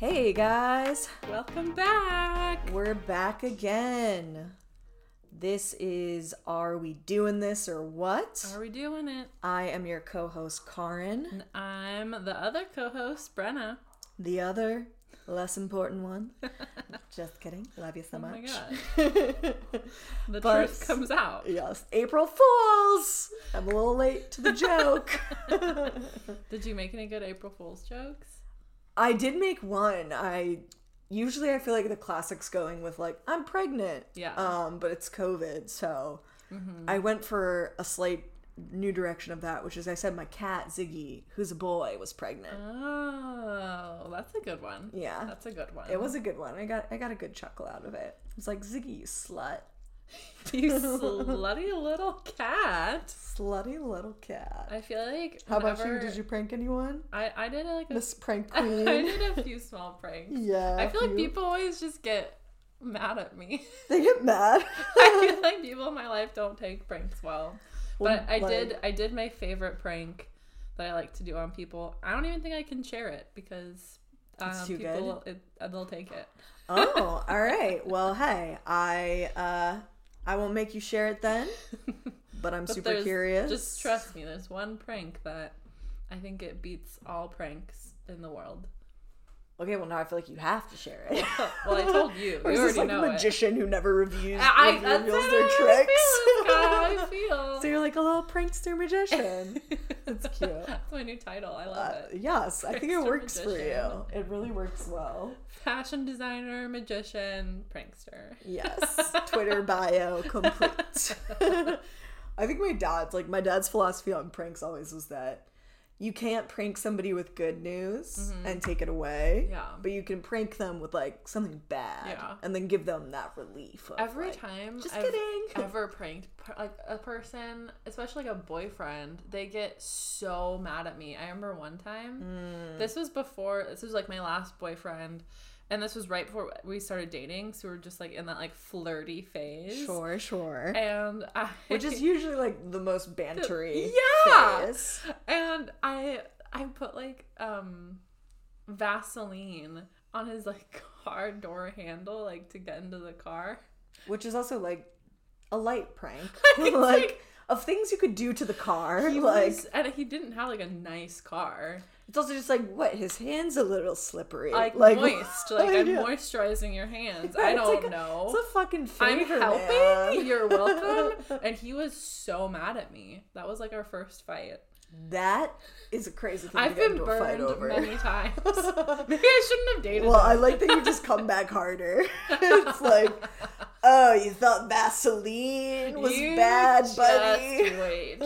Hey guys, Welcome back. we're back again. This is Are We Doing This or What? Are we doing it? I am your co host, Karin, And I'm the other co host, Brenna. the other less important one. Just kidding. Love you so Oh my much. God. The But- truth comes out. Yes, April Fools! I'm a little late to the joke. Did you make any good April Fool's jokes? I did make one. I usually I feel like the classics going with like I'm pregnant. Yeah. Mm-hmm. Um, but it's COVID, so I went for a slight new direction of that, which is I said my cat Ziggy, who's a boy, was pregnant. Oh, that's a good one. yeah. That's a good one. It was a good one. I got I got a good chuckle out of it. It's like Ziggy, you slut, you slutty little cat. slutty little cat. I feel like. How about you? whenever- Did you prank anyone, I, I did like a. Miss Prank I Queen? did a few small pranks. yeah. I feel like you- people always just get mad at me. they get mad. I feel like people in my life don't take pranks well. Well, But I like- did I did my favorite prank that I like to do on people. I don't even think I can share it because um, too people It, uh, they'll take it. oh, all right. Well, hey, I uh I won't make you share it then, but I'm But super there's- curious. Just trust me. There's one prank that I think it beats all pranks in the world. Okay, well now I feel like you have to share it. well, I told you. Or you is already this like know a it. magician who never reviews I, I, reveals that's their tricks? how I feel. That's so how you're like a little prankster I magician. feel. That's cute. That's my new title. I love Uh, it. yes, I think it Prankster works magician. for you. It really works well. Fashion designer, magician, prankster. Yes, Twitter bio complete. I think my dad's like my dad's philosophy on pranks always was that you can't prank somebody with good news and take it away. Mm-hmm. Yeah. But you can prank them with like something bad Yeah. and then give them that relief. Of, Every like, time Just I've kidding. ever pranked per- like a person, especially like a boyfriend, they get so mad at me. I remember one time. Mm. This was before. This was like my last boyfriend, and this was right before we started dating. So we were just like in that like flirty phase. Sure, sure. And I, Which is usually like the most bantery. Yeah. phase. and I I put like um Vaseline on his like car door handle like to get into the car. Which is also like a light prank. It's like of things you could do to the car. He like was, and he didn't have like a nice car. It's also just like what his hands a little slippery, like, moist. Like I'm yeah. moirizing your hands. Right, I it's don't like a- It's know. a fucking I'm favor. helping. man. You're welcome. and he was so mad at me. That was like our first fight. That is a crazy thing. I've to get been into a fight burned over. many times. Maybe I shouldn't have dated well, I him. like that you just come back harder. it's like, oh, you thought Vaseline was You bad, just buddy. Wait.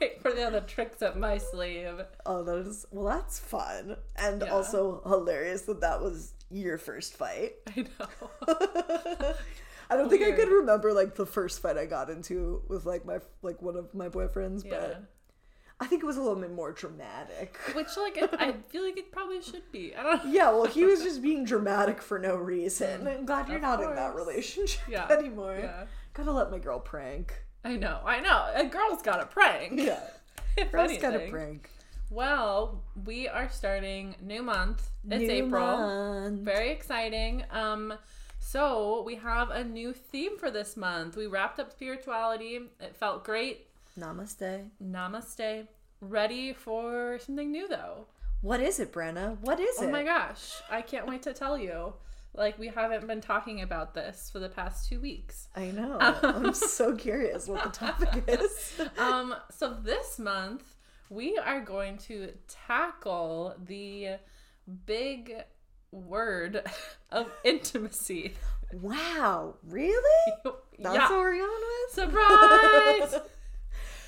wait for the other tricks up my sleeve. Oh, that is well. That's fun and Yeah. also hilarious that that was your first fight. I know. I don't think I could Weird. remember like the first fight I got into with like my like one of my boyfriends, Yeah. but I think it was a little bit more dramatic. Which like it, I feel like it probably should be. I don't know. Yeah, well, he was just being dramatic for no reason. I'm glad you're Mm, Of not in that course. relationship Yeah, anymore. yeah. Gotta let my girl prank. I know. I know. A girl's got a prank. Yeah, If girl's gotta anything. prank. Well, we are starting new month. It's New April. month. Very exciting. Um so we have a new theme for this month. We wrapped up spirituality. It felt great. Namaste. Namaste. Ready for something new though. What is it, Brenna? What is it? Oh my gosh. I can't wait to tell you. Like we haven't been talking about this for the past 2 weeks. I know. I'm so curious what the topic is. um, so this month we are going to tackle the big word of intimacy. Wow, really? That's yeah. what we're going with? Surprise!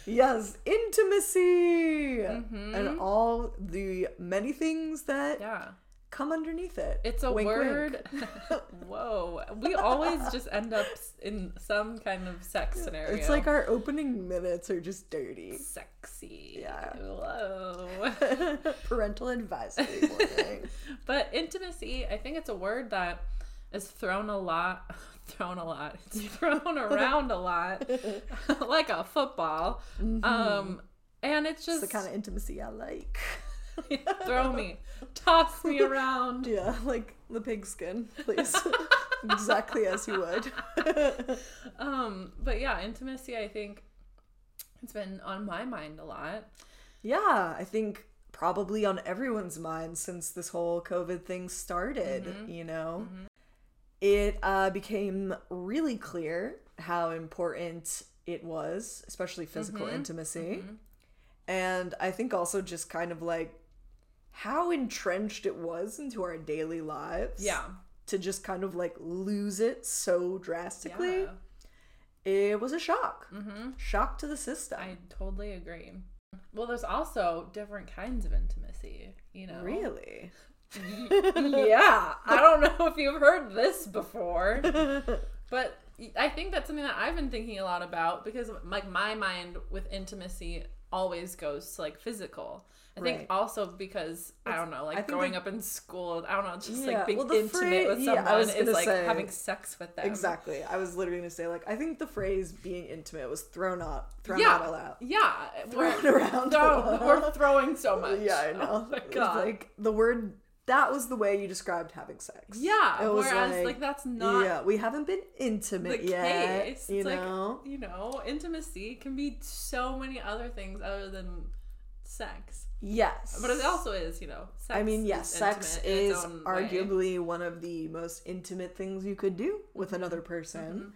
Yes, intimacy and Mhm. all the many things that yeah. come underneath it. It's a Wink, wink. word. Whoa. We always just end up s- in some kind of sex scenario. It's like our opening minutes are just dirty. sexy. Yeah. Whoa. Parental advisory warning. But intimacy, I think it's a word that is thrown a lot, thrown a lot, it's thrown around a lot, like a football. Um, and it's it's just the kind of intimacy I like. Throw me. Toss me around. Yeah, like the pigskin, please. exactly as you would. Um, but yeah, intimacy I think it's been on my mind a lot. yeah, I think probably on everyone's mind since this whole COVID thing started, Mm-hmm. you know? It uh, became really clear how important it was, especially physical Mm-hmm. intimacy. And I think also just kind of like how entrenched it was into our daily lives. Yeah. To just kind of like lose it so drastically. Yeah. Mm-hmm. It was a shock. Shock to the system. I totally agree. Well, there's also different kinds of intimacy, you know. really? yeah, I don't know if you've heard this before, but I think that's something that I've been thinking a lot about because like my mind with intimacy always goes to like physical. I think Right. also because I don't know, I like think growing the- up in school, I don't know, just Yeah, like being well, the intimate phrase- with yeah, I someone was is gonna like say- having sex with them. Exactly. I was literally going to say, like, I think the phrase being intimate was thrown up, thrown Yeah. out a lot. Yeah. Thrown we're, around. a throw- lot. we're throwing so much. yeah, I Oh know. my It was God. like the word, that was the way you described having sex. yeah. It was Whereas like, that's not yeah, we haven't been intimate the yet. case. You it's know? like you know, intimacy can be so many other things other than sex. yes. But it also is, you know, sex I mean, yes, is sex intimate in is its own way. arguably one of the most intimate things you could do with another person. Mm-hmm.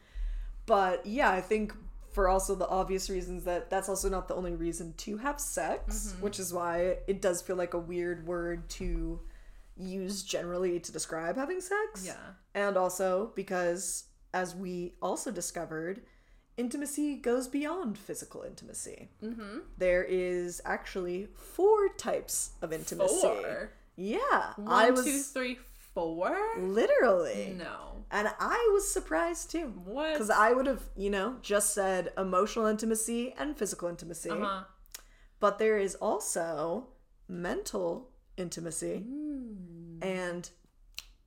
But yeah, I think for also the obvious reasons that that's also not the only reason to have sex, Mm-hmm. which is why it does feel like a weird word to use generally to describe having sex. Yeah. And also because, as we also discovered, intimacy goes beyond physical intimacy. Mm-hmm. is actually four types of intimacy. Four. Yeah, I One, was two, three, four? literally, No. and I was surprised too, mm. What? because I would have, you know, just said emotional intimacy and physical intimacy, uh-huh. but there is also mental intimacy and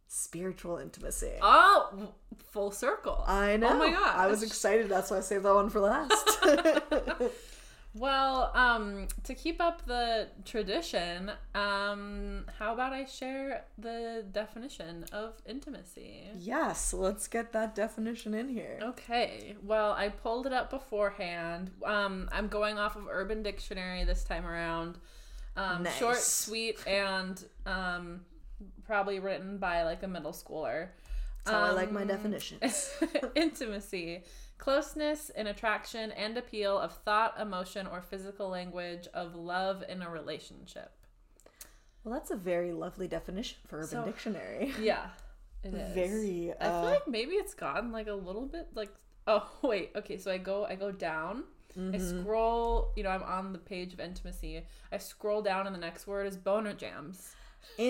spiritual intimacy. Mm. Oh, w- full circle. I know. Oh my god. I was excited. That's why I saved that one for last. Well, um, to keep up the tradition, um, how about I share the definition of intimacy? yes, let's get that definition in here. Okay. Well, I pulled it up beforehand. Um, I'm going off of Urban Dictionary this time around. Um, Short, Nice. sweet, and um, probably written by like a middle schooler. That's how I like my Um, definitions. Intimacy, closeness and attraction and appeal of thought, emotion, or physical language of love in a relationship. Well, that's a very lovely definition for Urban So- Dictionary. Yeah, it is. Very. I feel uh, like maybe it's gotten like a little bit like oh wait okay so I go I go down I Mm-hmm. scroll you know I'm on the page of intimacy I scroll down and the next word is boner jams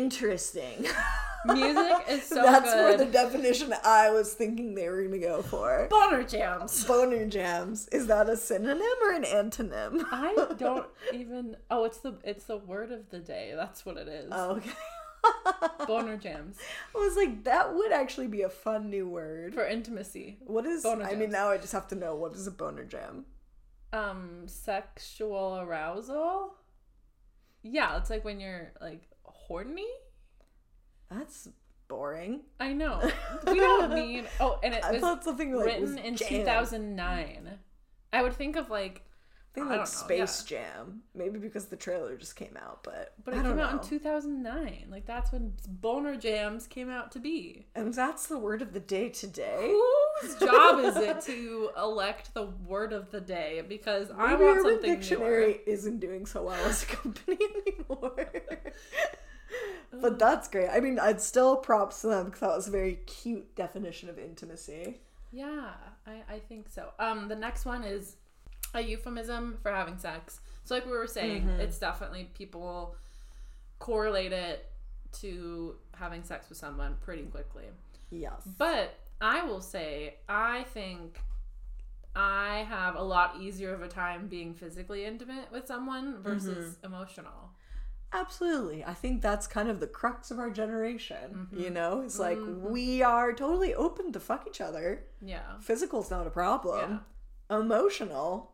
interesting. music is so That's where good the definition I was thinking they were gonna go for. boner jams Boner jams. Is that a synonym or an antonym? I don't even oh it's the it's the word of the day that's what it is Oh, okay. boner jams I was like, that would actually be a fun new word. for intimacy What is? Boner I mean, jams. now I just have to know what is a boner jam. um sexual arousal yeah it's like when you're like horny That's boring. I know. We don't need. Oh, and it I was thought something like written was in jam. 2009. I would think of like, I think I like don't know, Space Jam. Maybe because the trailer just came out, but but I it don't came know. out in 2009. Like that's when boner jams came out to be. and that's the word of the day today. Whose job is it to elect the word of the day? Because I Maybe want Urban something Dictionary newer. isn't doing so well as a company anymore. but that's great. I mean, I'd still props to them because that was a very cute definition of intimacy. Yeah, I, I think so. Um, the next one is a euphemism for having sex. So, like we were saying, Mm-hmm. it's definitely people correlate it to having sex with someone pretty quickly. Yes. But I will say, I think I have a lot easier of a time being physically intimate with someone versus emotional. Absolutely. I think that's kind of the crux of our generation. You Mm-hmm. know, it's like we are totally open to fuck each other. Yeah. Physical's not a problem. Emotional,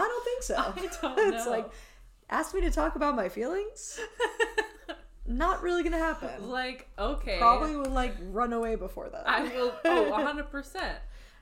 I don't think so. I don't it's know. like asked me to talk about my feelings? Not really gonna happen. like, okay. Probably would like run away before that. I will. Oh, 100%.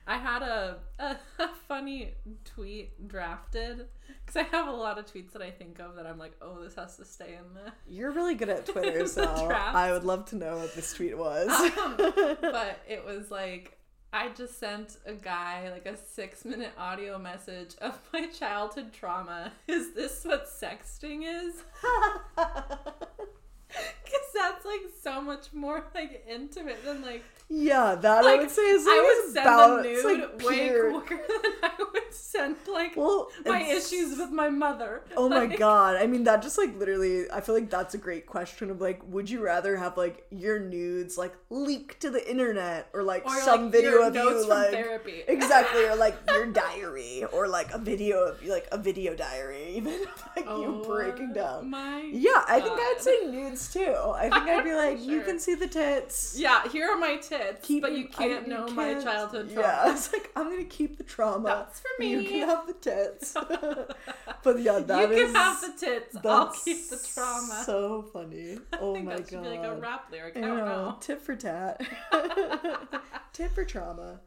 I had a, a, a funny tweet drafted because I have a lot of tweets that I think of that I'm like, oh, this has to stay in there. You're really good at Twitter, The so draft. I would love to know what this tweet was. Um, but it was like I just sent a guy like a six minute audio message of my childhood trauma. Is this what sexting is? Because that's like so much more like intimate than like yeah, that I like would say is I like, would send about the it's, nude like way pure. quicker than I would send like Well, my it's- issues with my mother. Oh my Like, god. I mean that just like literally I feel like that's a great question of like would you rather have like your nudes like leaked to the internet or like Or some like video your of notes you from like therapy. Exactly, or like your diary or like a video of like a video diary even of, like you breaking Oh down. My Yeah, I think God. I'd say nudes too. I think I'd be For like you sure. can see the tits. Yeah, here are my tits, keep- but you I- can't know my can't- childhood trauma. Yeah, it's like I'm gonna keep the trauma. That's for me. You can have the tits. but yeah, that you is can have the tits. I'll That's keep the trauma. So funny. I Oh think my that should god. be like a rap lyric. I I don't know. know. Tit for tat. tit for trauma.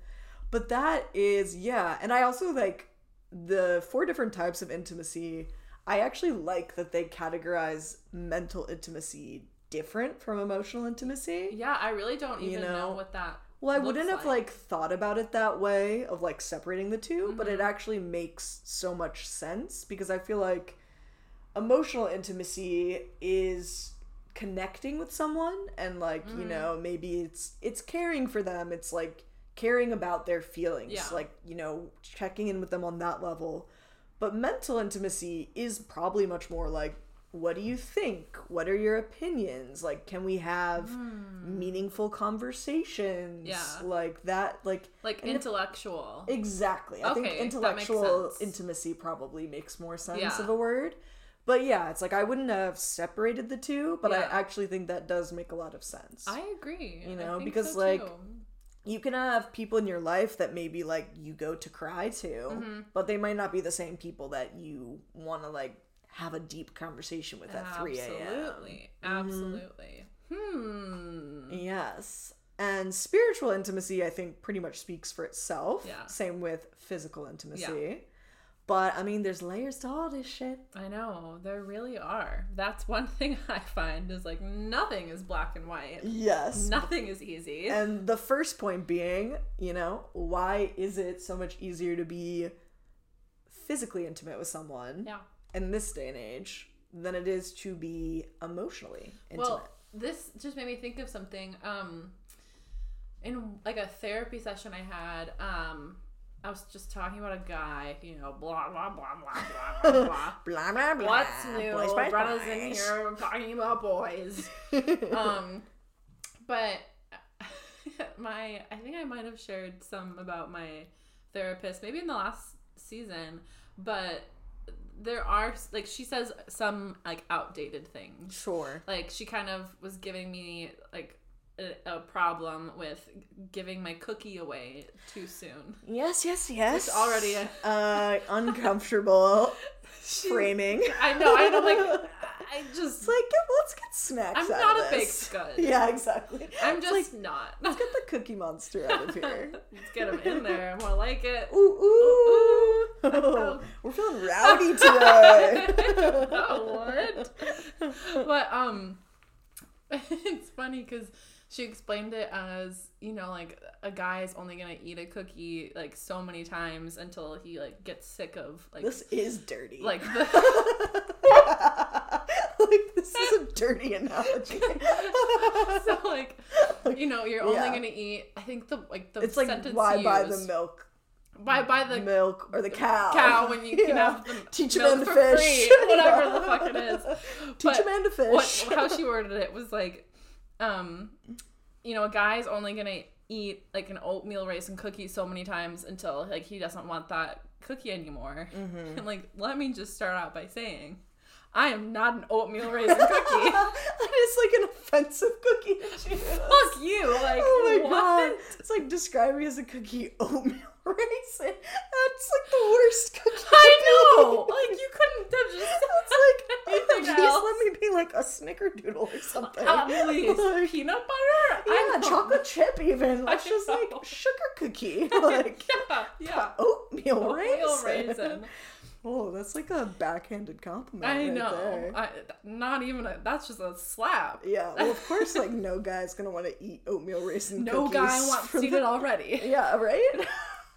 But that is yeah, and I also like the four different types of intimacy. I actually like that they categorize mental intimacy different from emotional intimacy. Yeah, I really don't You even know, know? what that. Well, I looks wouldn't have like. like thought about it that way of like separating the 2 but Mm-hmm. it actually makes so much sense because I feel like emotional intimacy is connecting with someone and like, you Mm. know, maybe it's it's caring for them, it's like caring about their feelings, Yeah. like, you know, checking in with them on that level. But mental intimacy is probably much more like what do you think? What are your opinions? Like can we have meaningful conversations? Hmm. Yeah. Like that like Like intellectual. exactly. I think Okay, that makes intellectual sense. intimacy probably makes more sense Yeah. of a word. But yeah, it's like I wouldn't have separated the two, but Yeah. I actually think that does make a lot of sense. I agree. You I know, think because, so like, too. you can have people in your life that maybe like you go to cry to, Mm-hmm. but they might not be the same people that you want to like have a deep conversation with at 3 a.m. absolutely, Mm-hmm. absolutely. Hmm. Yes. And spiritual intimacy, I think, pretty much speaks for itself. Yeah. Same with physical intimacy. But I mean, there's layers to all this shit. I know there really are. That's one thing I find is like nothing is black and white. Yes. Nothing is easy. And the first point being, you know, why is it so much easier to be physically intimate with someone yeah. in this day and age than it is to be emotionally intimate? Well, this just made me think of something. Um, in like a therapy session I had, um, I was just talking about a guy, you know, blah blah blah blah blah blah blah. blah, blah, blah. What's new? Boys, boys, Brenna's in boys. here we're talking about boys. um, but my, I think I might have shared some about my therapist, maybe in the last season, but there are like she says some like outdated things Sure. like she kind of was giving me like a, a problem with giving my cookie away too soon. Yes, yes, yes. It's already a- uh, uncomfortable She- framing. I know. I know. Like I just. It's like get, let's get snacks. I'm out not of a big this. scud. Yeah, exactly. I'm It's just like, not. get the Cookie Monster out of here. Let's get him in there. I like it. Ooh, ooh. ooh. We're feeling rowdy today. Oh, what? But um, it's funny because she explained it as you know, like a guy is only gonna eat a cookie like so many times until he like gets sick of like This is dirty. like the. Like, this is a dirty analogy. so like you know you're only Yeah. gonna eat i think the like the It's like sentence why buy the used- milk, why buy the milk or the cow? cow when you can Yeah. have the Teach a milk man to for fish. free whatever the fuck it is Teach But a man to fish. what how she worded it was like um you know a guy's only gonna eat like an oatmeal raisin cookie so many times until like he doesn't want that cookie anymore Mm-hmm. and like let me just start out by saying i am not an oatmeal raisin cookie it's like an offensive cookie. to choose. fuck you like Oh my what? god! It's like describe me as a cookie oatmeal raisin. That's like the worst cookie. I know. Like you couldn't have just. It's like else. let me be like a snickerdoodle or something. At least Like, peanut butter. Ah, I yeah, don't- chocolate chip even. I Let's just like know. sugar cookie. Like Yeah, yeah. oatmeal, Oatmeal raisin. raisin. Oh, that's like a backhanded compliment. I right know. there. I, not even a, that's just a slap. Yeah, well, of course, like no guy's gonna want to eat oatmeal raisin. No guy cookies wants from to eat it already. Yeah, right.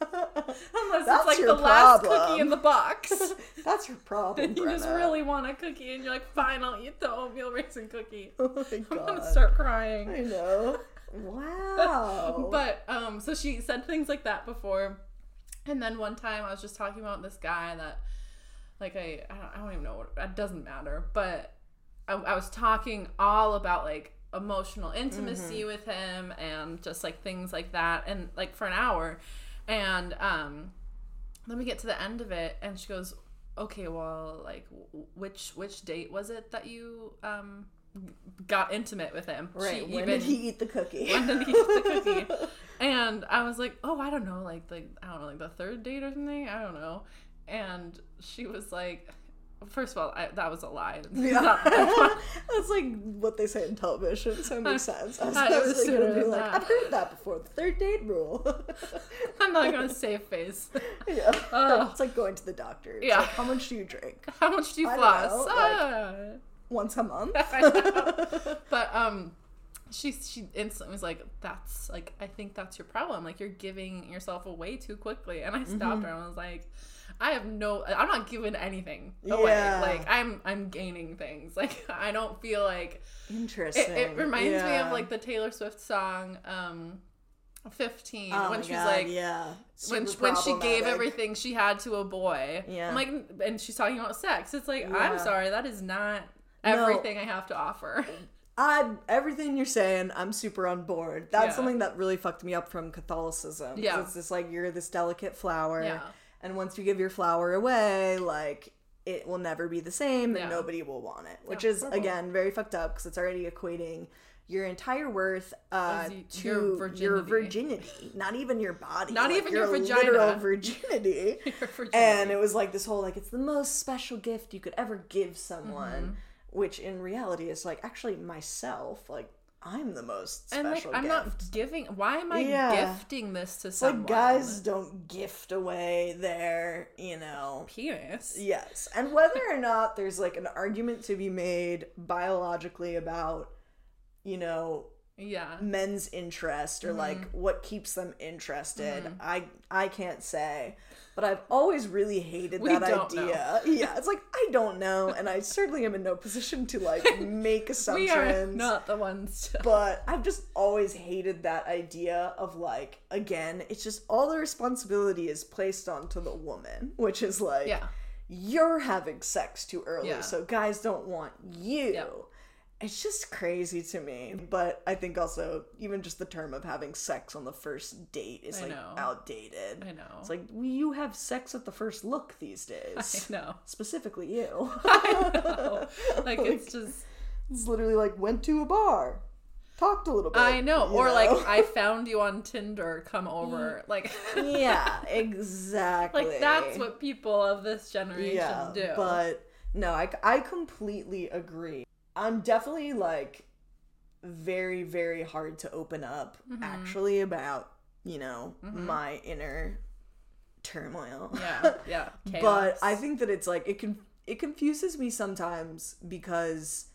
Unless That's it's like your the last problem. cookie in the box. That's your problem, you just Brenna. really want a cookie and you're like, fine, I'll eat the oatmeal raisin cookie. Oh my god. I'm gonna start crying. I know. Wow. But um so she said things like that before. And then one time I was just talking about this guy that like I I don't, I don't even know what it doesn't matter, but I, I was talking all about like emotional intimacy Mm-hmm. with him and just like things like that and like for an hour and um let me get to the end of it and she goes okay well like w- which which date was it that you um g- got intimate with him right. She when did he eat the cookie? and then he eats the cookie. And I was like, oh, I don't know, like like I don't know, like the third date or something. I don't know. And she was like, first of all, I, that was a lie. Not- Yeah. That's like what they say in television, so it makes sense. I was, I I was was like gonna sooner be than like, that. I've heard that before. The third date rule. I'm not gonna save face. yeah. Ugh. It's like going to the doctor. It's Oh. Yeah. like, How much do you drink? How much do you I don't floss? know, like- Ah. Once a month? I know. But um, she she instantly was like, "That's like I think that's your problem. Like you're giving yourself away too quickly." And I stopped Mm-hmm. her and I was like, "I have no. I'm not giving anything away. Yeah. Like I'm I'm gaining things. Like I don't feel like Interesting. it, it reminds me Yeah. of like the Taylor Swift song, um, 15 Oh when my she's God, like." yeah. when, Super when she gave problematic. everything she had to a boy. Yeah. I'm like, and she's talking about sex. It's like, Yeah. I'm sorry, that is not everything I have to offer. I everything you're saying, I'm super on board. That's Yeah. something that really fucked me up from Catholicism. 'cause Yeah. it's just like you're this delicate flower, Yeah. and once you give your flower away, like it will never be the same, Yeah. and nobody will want it. Which Yeah, is horrible. again very fucked up because it's already equating your entire worth uh, As y- to your your virginity. virginity. not even your body, Not like, even your vagina. literal virginity. For and Janet. it was like this whole like it's the most special gift you could ever give someone Mm-hmm. which in reality is like actually myself like i'm the most and special like I'm gift not giving. Why am I Yeah. gifting this to It's like someone? guys don't gift away their you know penis. yes and whether or not there's like an argument to be made biologically about you know Yeah, men's interest or like Mm-hmm. what keeps them interested i i can't say but i've always really hated We that don't know. idea yeah it's like i don't know and i certainly am in no position to like make we are assumptions not the ones. To- but i've just always hated that idea of like again it's just all the responsibility is placed onto the woman which is like yeah, you're having sex too early, Yeah. so guys don't want you. Yep. It's just crazy to me. But I think also, even just the term of having sex on the first date is I like know. outdated. I know. It's like you have sex at the first look these days. I know. Specifically, you. Oh, like it's just. it's literally like went to a bar, talked a little bit. I know. you Or like know? I found you on Tinder. Come over. Like. yeah, exactly. Like that's what people of this generation yeah, do. But no, I, I completely agree. I'm definitely like very, very hard to open up Mm-hmm. actually about, you know, my inner turmoil. yeah, yeah. but chaos. I think that it's like it can it confuses me sometimes because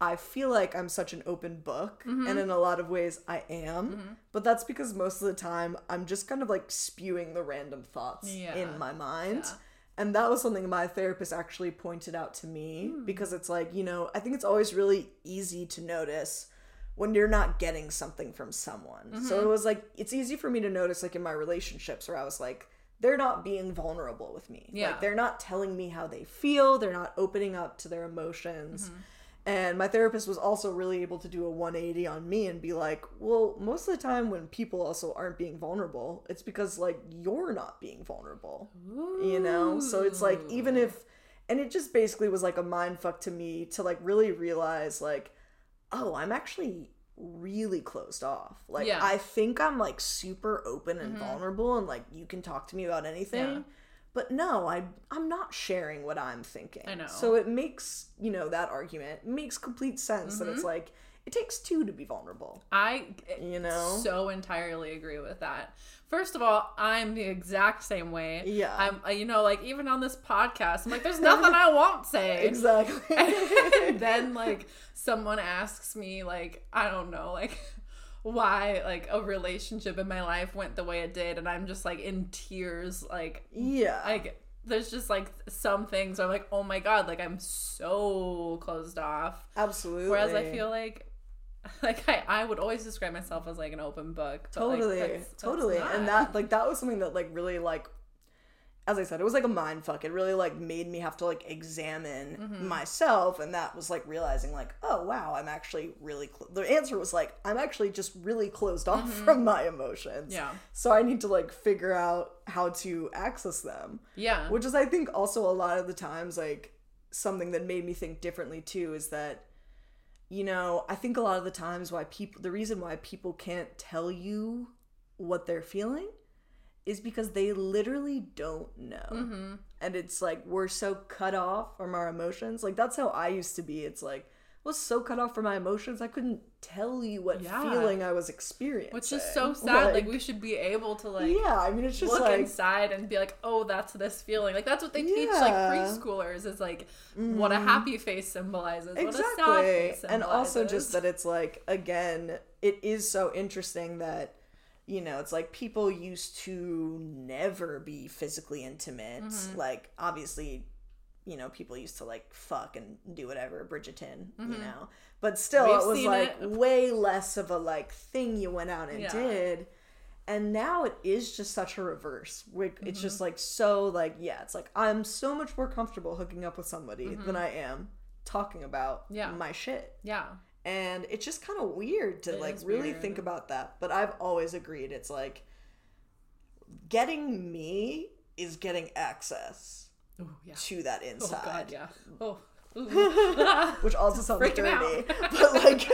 I feel like I'm such an open book Mm-hmm. and in a lot of ways I am. But that's because most of the time I'm just kind of like spewing the random thoughts Yeah, in my mind. yeah. And that was something my therapist actually pointed out to me Hmm. because it's like, you know, I think it's always really easy to notice when you're not getting something from someone. Mm-hmm. So it was like it's easy for me to notice like in my relationships where I was like they're not being vulnerable with me. Yeah. Like they're not telling me how they feel, they're not opening up to their emotions. Mm-hmm. And my therapist was also really able to do a 180 on me and be like, "Well, most of the time when people also aren't being vulnerable, it's because like you're not being vulnerable." You know? So it's like even if and it just basically was like a mind fuck to me to like really realize like oh, I'm actually really closed off. Like Yeah. Mm-hmm. I think I'm like super open and vulnerable and like you can talk to me about anything. Yeah. But But no, I I'm not sharing what I'm thinking. I know. So it makes, you know, that argument makes complete sense that Mm-hmm. it's like it takes two to be vulnerable. I You know? so entirely agree with that. First of all, I'm the exact same way. Yeah. I'm uh, you know like even on this podcast, I'm like there's nothing I won't say. Exactly. and then like someone asks me like I don't know like why like a relationship in my life went the way it did and I'm just like in tears like yeah. like there's just like some things I'm like oh my god like I'm so closed off absolutely. Whereas I feel like like I, I would always describe myself as like an open book. But like, totally that's- that's totally not. and that like that was something that like really like as i said it was like a mind fuck it really like made me have to like examine Mm-hmm. myself and that was like realizing like oh wow i'm actually really cl-. the answer was like i'm actually just really closed off from my Mm-hmm. emotions Yeah. so i need to like figure out how to access them yeah. which is i think also a lot of the times like something that made me think differently too is that you know i think a lot of the times why people the reason why people can't tell you what they're feeling is because they literally don't know Mm-hmm. and it's like we're so cut off from our emotions like that's how i used to be it's like I was so cut off from my emotions i couldn't tell you what Yeah. feeling i was experiencing Which is so sad. Like, we should be able to like yeah i mean it's just look like inside and be like, oh, that's this feeling. Like that's what they teach like Yeah. Mm-hmm. preschoolers is like what a happy face symbolizes, what a sad exactly face symbolizes. and also just that it's like again it is so interesting that you know it's like people used to never be physically intimate Mm-hmm. like obviously you know people used to like fuck and do whatever bridgerton you know but still Mm-hmm. We've it was seen like it. way less of a like thing you went out and Yeah. did and now it is just such a reverse where Mm-hmm. it's just like so like yeah it's like i'm so much more comfortable hooking up with somebody Mm-hmm. than i am talking about Yeah. my shit Yeah. and it's just kind of weird to It like is really weird. think about that but i've always agreed it's like getting me is getting access Ooh, yeah. to that Oh inside god, yeah. Oh. Ooh. which also sounds Freaking dirty out. but like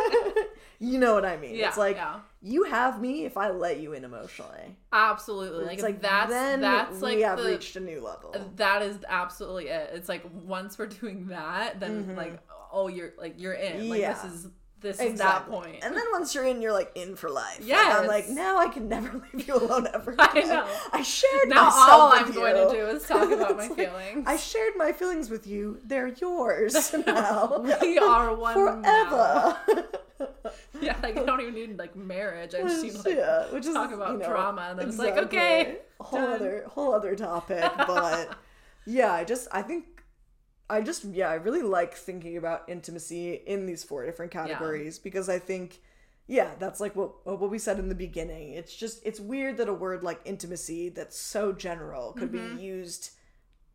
you know what i mean Yeah, it's like yeah. you have me if i let you in emotionally Absolutely. Like, it's like that's then that's we like have the, reached a new level that is absolutely it it's like once we're doing that then like oh you're like you're in like Mm-hmm. Yeah. this is this is that Exactly. point And then once you're in, you're like in for life. Yeah. I'm Yes. like, now I can never leave you alone ever. I Again. know. I shared now myself all with i'm you. going to do is talk about my It's like, feelings I shared my feelings with you. They're yours now. we are one now. forever. yeah like i don't even need like marriage i Oh, just need like yeah, which is talk about you know, trauma, and then it's like, exactly. okay, whole done. other whole other topic. But yeah, I just I think I just yeah I really like thinking about intimacy in these four different categories because I think yeah that's like what what we said in the beginning. It's just it's weird that a word like intimacy that's so general could Mm-hmm. be used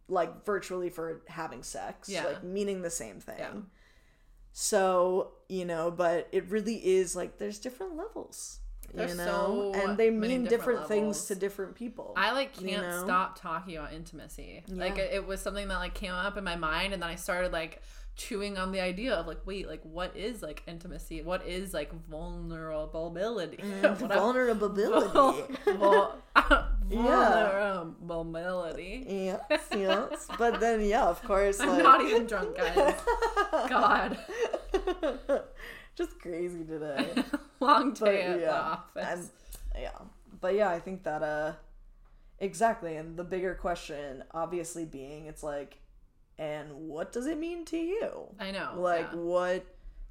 like virtually for having sex, Yeah. like meaning the same thing. Yeah. So, you know, but it really is like there's different levels. There's you know? so and they many mean different, different things to levels. different people. I like can't you know? stop talking about intimacy. Like Yeah. it, it was something that like came up in my mind, and then I started like chewing on the idea of like, wait, like what is like intimacy? What is like vulnerability? What a- vulnerability. Vul- uh, Yeah. vulnerability. yes, yes. But then yeah, of course I'm like not e-, even drunk, guys. God, just crazy today. long day But at the yeah, office. I'm- yeah, but yeah, I think that uh, exactly. And the bigger question, obviously, being it's like, and what does it mean to you? i know. like yeah. what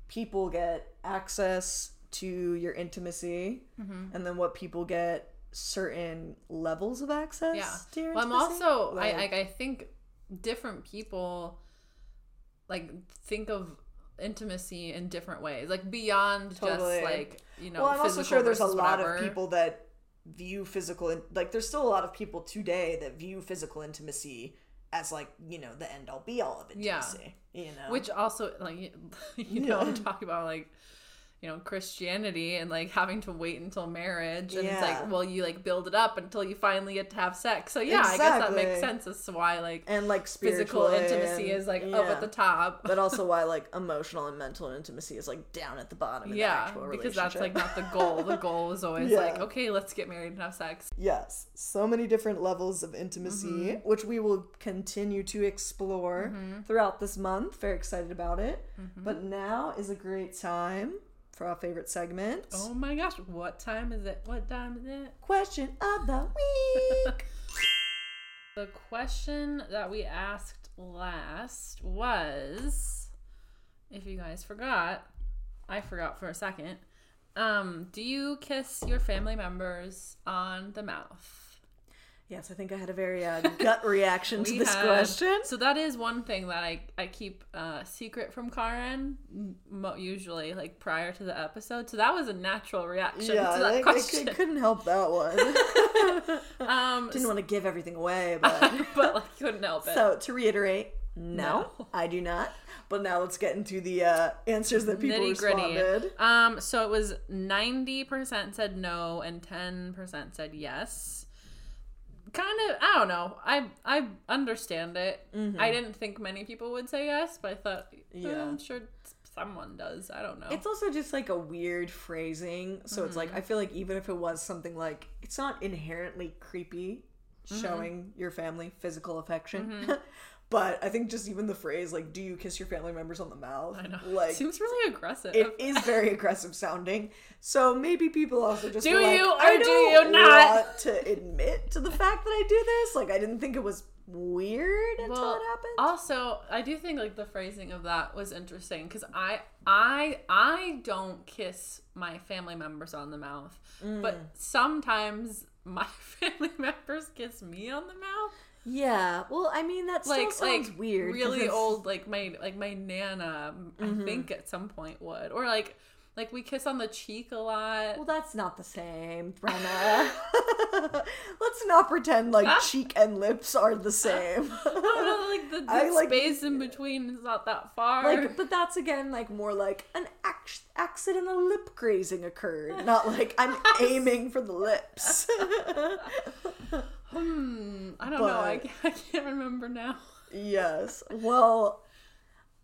people get access to your intimacy, Mm-hmm. and then what people get certain levels of access. yeah. to your Well, I'm intimacy? also I, Like- like I think different people like think of intimacy in different ways, like beyond Totally. just like you know. well, I'm also physical sure there's a versus lot of whatever. people that view physical in- like there's still a lot of people today that view physical intimacy as like you know the end all be all of Yeah. intimacy. You know, which also like you know I'm talking about like you know christianity and like having to wait until marriage and it's Yeah. like well you like build it up until you finally get to have sex so yeah i guess that makes Exactly. sense as to why like and like physical spiritual intimacy and- is like up yeah. at the top but also why like emotional and mental intimacy is like down at the bottom. In the yeah actual because that's like relationship. not the goal the goal is always Yeah. like okay let's get married and have sex yes, so many different levels of intimacy, Mm-hmm. which we will continue to explore throughout this month. Very excited about it. Mm-hmm. But now is a great time for our favorite segment. oh my gosh what time is it what time is it Question of the week. The question that we asked last was if you guys forgot, I forgot for a second. Um, do you kiss your family members on the mouth? yes, I think I had a very uh, gut reaction to We this had- question. So that is one thing that I, I keep uh, secret from Karin mo- usually like prior to the episode. So that was a natural reaction Yeah, to that I, I, I question. couldn't help that one. um, Didn't want to give everything away, but but like you couldn't help it. So to reiterate, no, I do not. But now let's get into the uh, answers that people nitty gritty. responded. Um, so it was ninety percent said no and ten percent said yes. Kind of, I don't know. I I understand it. I didn't think many people would say yes, but I thought, yeah, Mm-hmm. Yeah. I'm sure someone does. I don't know. It's also just like a weird phrasing. So it's Mm-hmm. like I feel like even if it was something like it's not inherently creepy Mm-hmm. showing your family physical affection. But I think just even the phrase like "Do you kiss your family members on the mouth?" I know. Like it seems really aggressive. it is very aggressive sounding. So maybe people also just Do were like, you or I do don't you not?" want to admit to the fact that I do this. Like I didn't think it was weird until Well, it happened. Also, I do think like the phrasing of that was interesting because I I I don't kiss my family members on the mouth, but Mm. sometimes my family members kiss me on the mouth. yeah. Well, I mean that Like still sounds like weird. 'cause really it's- Mm-hmm. old like my like my nana I think at some point would or like like we kiss on the cheek a lot. Well, that's not the same, Brenna. Let's not pretend like cheek and lips are the same. I don't know, like the, the I, like- space in between is not that far. Like, but that's again like more like an ac- accidental lip grazing occurred, not like I'm aiming for the lips. hmm, I don't know. I but- can't, I can't remember now. yes. Well,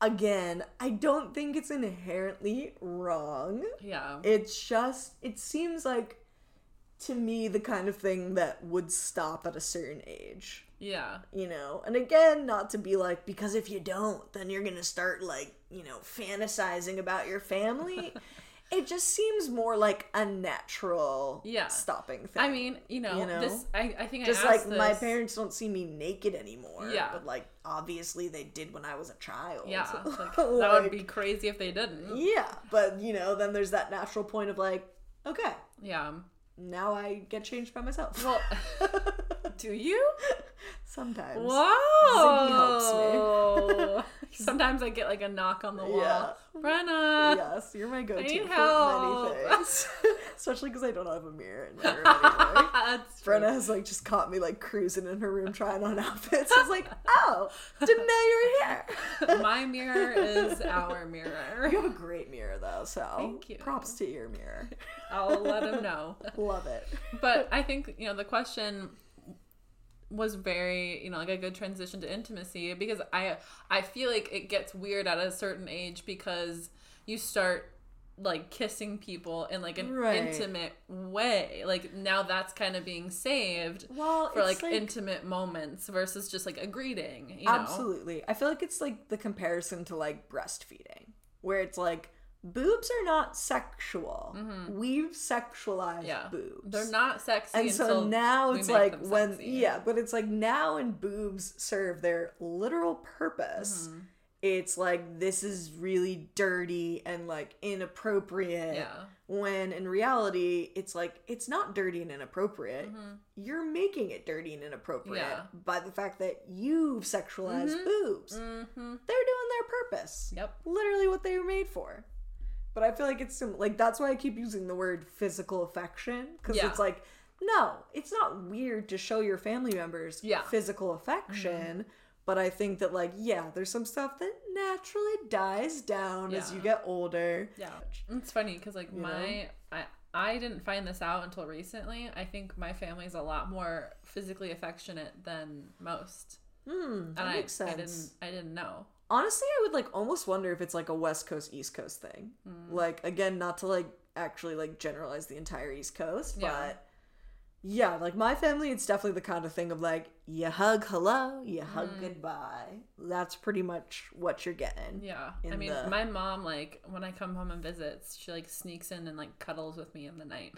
again, I don't think it's inherently wrong. Yeah. It's just it seems like to me the kind of thing that would stop at a certain age. Yeah. you know and again not to be like because if you don't then you're gonna start like you know fantasizing about your family it just seems more like a natural Yeah. stopping thing I mean, you know, You know? this. I, I think just I like asked my this- parents don't see me naked anymore Yeah. but like obviously they did when i was a child Yeah, like, that would be Like, crazy if they didn't. yeah but you know then there's that natural point of like okay Yeah. now i get changed by myself Well, do you? sometimes Wow. Sometimes I get like a knock on the wall. Yeah. Brenna. yes, you're my go-to need for help. many things, especially because I don't have a mirror in my room. Anyway. That's true. Brenna has like just caught me like cruising in her room trying on outfits. I was like, oh, didn't know you were here. My mirror is our mirror. You have a great mirror though, so Thank you. props to your mirror. I'll let him know. Love it. but I think you know the question was very you know like a good transition to intimacy because I I feel like it gets weird at a certain age because you start like kissing people in like an Right. intimate way like now that's kind of being saved Well, for like, it's like, intimate moments versus just like a greeting you know absolutely. I feel like it's like the comparison to like breastfeeding, where it's like boobs are not sexual. We've sexualized Mm-hmm. yeah boobs. they're not sexy and so until now we it's make like them when sexy. yeah but it's like now when boobs serve their literal purpose Mm-hmm. it's like this is really dirty and like inappropriate Yeah. when in reality it's like it's not dirty and inappropriate you're making it dirty and inappropriate Mm-hmm. Yeah. Mm-hmm. by the fact that you've sexualized boobs Mhm. they're doing their purpose yep literally what they were made for. But I feel like it's sim- like that's why I keep using the word physical affection because Yeah. it's like no, it's not weird to show your family members Yeah. Mm-hmm. physical affection, But I think that, like, yeah, there's some stuff that naturally dies down as Yeah. you get older. Yeah, it's funny because like You my I I didn't find this out until recently. I think my family's a lot more physically affectionate than most, Hmm, that and makes I sense. I didn't I didn't know. Honestly, I would like almost wonder if it's like a West Coast East Coast thing. Like again, not to like actually like generalize the entire East Coast, Yeah. but yeah, like my family, it's definitely the kind of thing of like you hug hello, you hug goodbye. That's pretty much what you're getting. Yeah, I In mean, the- my mom like when I come home and visits, she like sneaks in and like cuddles with me in the night.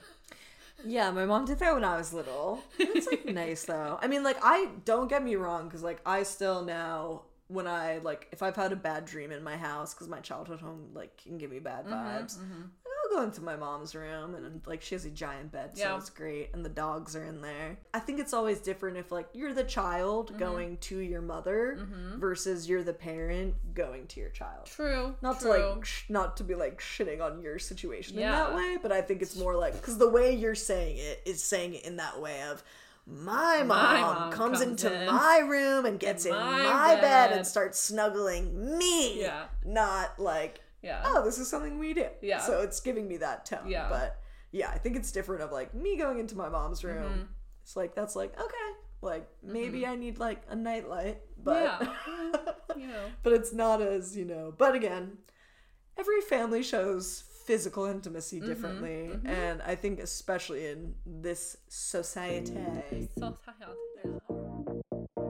Yeah, my mom did that when I was little. It's like nice though. I mean, like I don't get me wrong because like I still now when I like if I've had a bad dream in my house because my childhood home like can give me bad vibes, I'll go into my mom's room and like she has a giant bed, so Yeah. it's great, and the dogs are in there. I think it's always different if like you're the child going to your mother versus you're the parent going to your child. True. Not true. to like, sh- not to be like shitting on your situation in that Yeah. way, but I think it's more like because the way you're saying it is saying it in that way of my mom, mom comes, comes into in my room and gets in my my bed. and bed." starts snuggling me, Yeah. not like yeah. oh this is something we do, Yeah. So it's giving me that tone, Yeah. But yeah, I think it's different of like me going into my mom's Mm-hmm. room. It's like that's like okay, like maybe I need like a nightlight, but. Oh. you know. but it's not as you know but again every family shows physical intimacy Mm-hmm, differently and i think especially in this society So tired.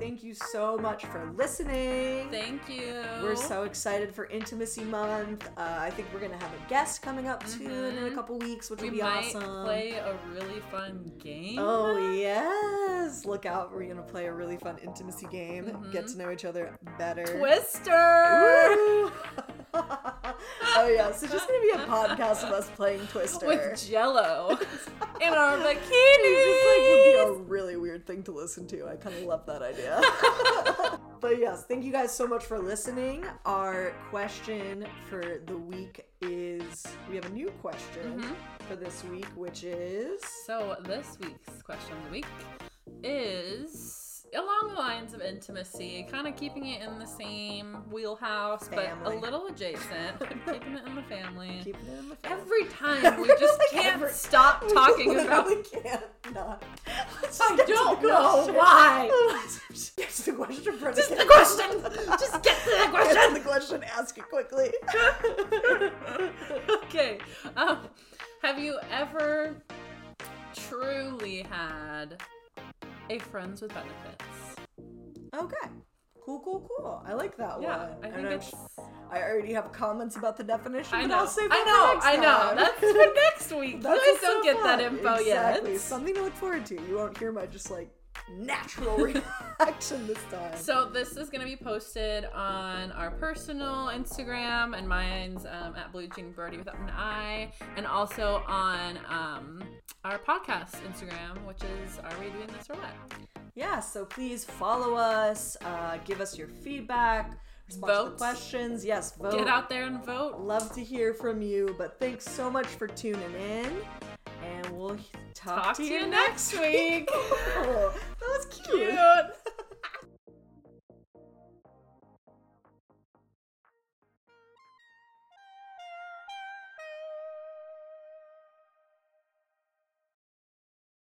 thank you so much for listening Thank you. we're so excited for intimacy month uh, i think we're gonna have a guest coming up soon in a couple weeks which Mm-hmm. We will be might awesome play a really fun game. Oh yes! Look out, we're gonna play a really fun intimacy game. Get Mm-hmm. to know each other better. Twister. Woo! oh yeah, so just gonna be a podcast of us playing Twister. with Jello in our It just like bikinis. would be a really weird thing to listen to. I kind of love that idea. but yes, thank you guys so much for listening. Our question for the week is we have a new question Mm-hmm. for this week, which is So this week's question of the week is along the lines of intimacy, kind of keeping it in the same wheelhouse, but Family. a little adjacent, keeping it in the family. keep it in the family. Every time we just Like can't every- stop We talking literally about. can't not. I don't know why. Just the question. Just the question. Just get to the question. the question. Ask it quickly. okay. Um, have you ever truly had a friends with benefits? Okay. Cool, cool, cool. I like that Yeah, one. I And think I'm it's. sh- I already have comments about the definition, I but know. I'll save I that know. for I next know. time. That's for next week. That's you guys what's don't so get that fun. info exactly. yet. Something to look forward to. You won't hear my just like natural reaction this time. So this is gonna be posted on our personal Instagram, and mine's um, at Blue Jean Birdie without an I, and also on um, our podcast Instagram, which is Are We Doing This or What? yeah, so please follow us, uh, give us your feedback, respond to the Vote. questions. Yes, vote. Get out there and vote. Love to hear from you, but thanks so much for tuning in, and we'll h- talk, Talk to you next week. Oh, that was cute. Cute.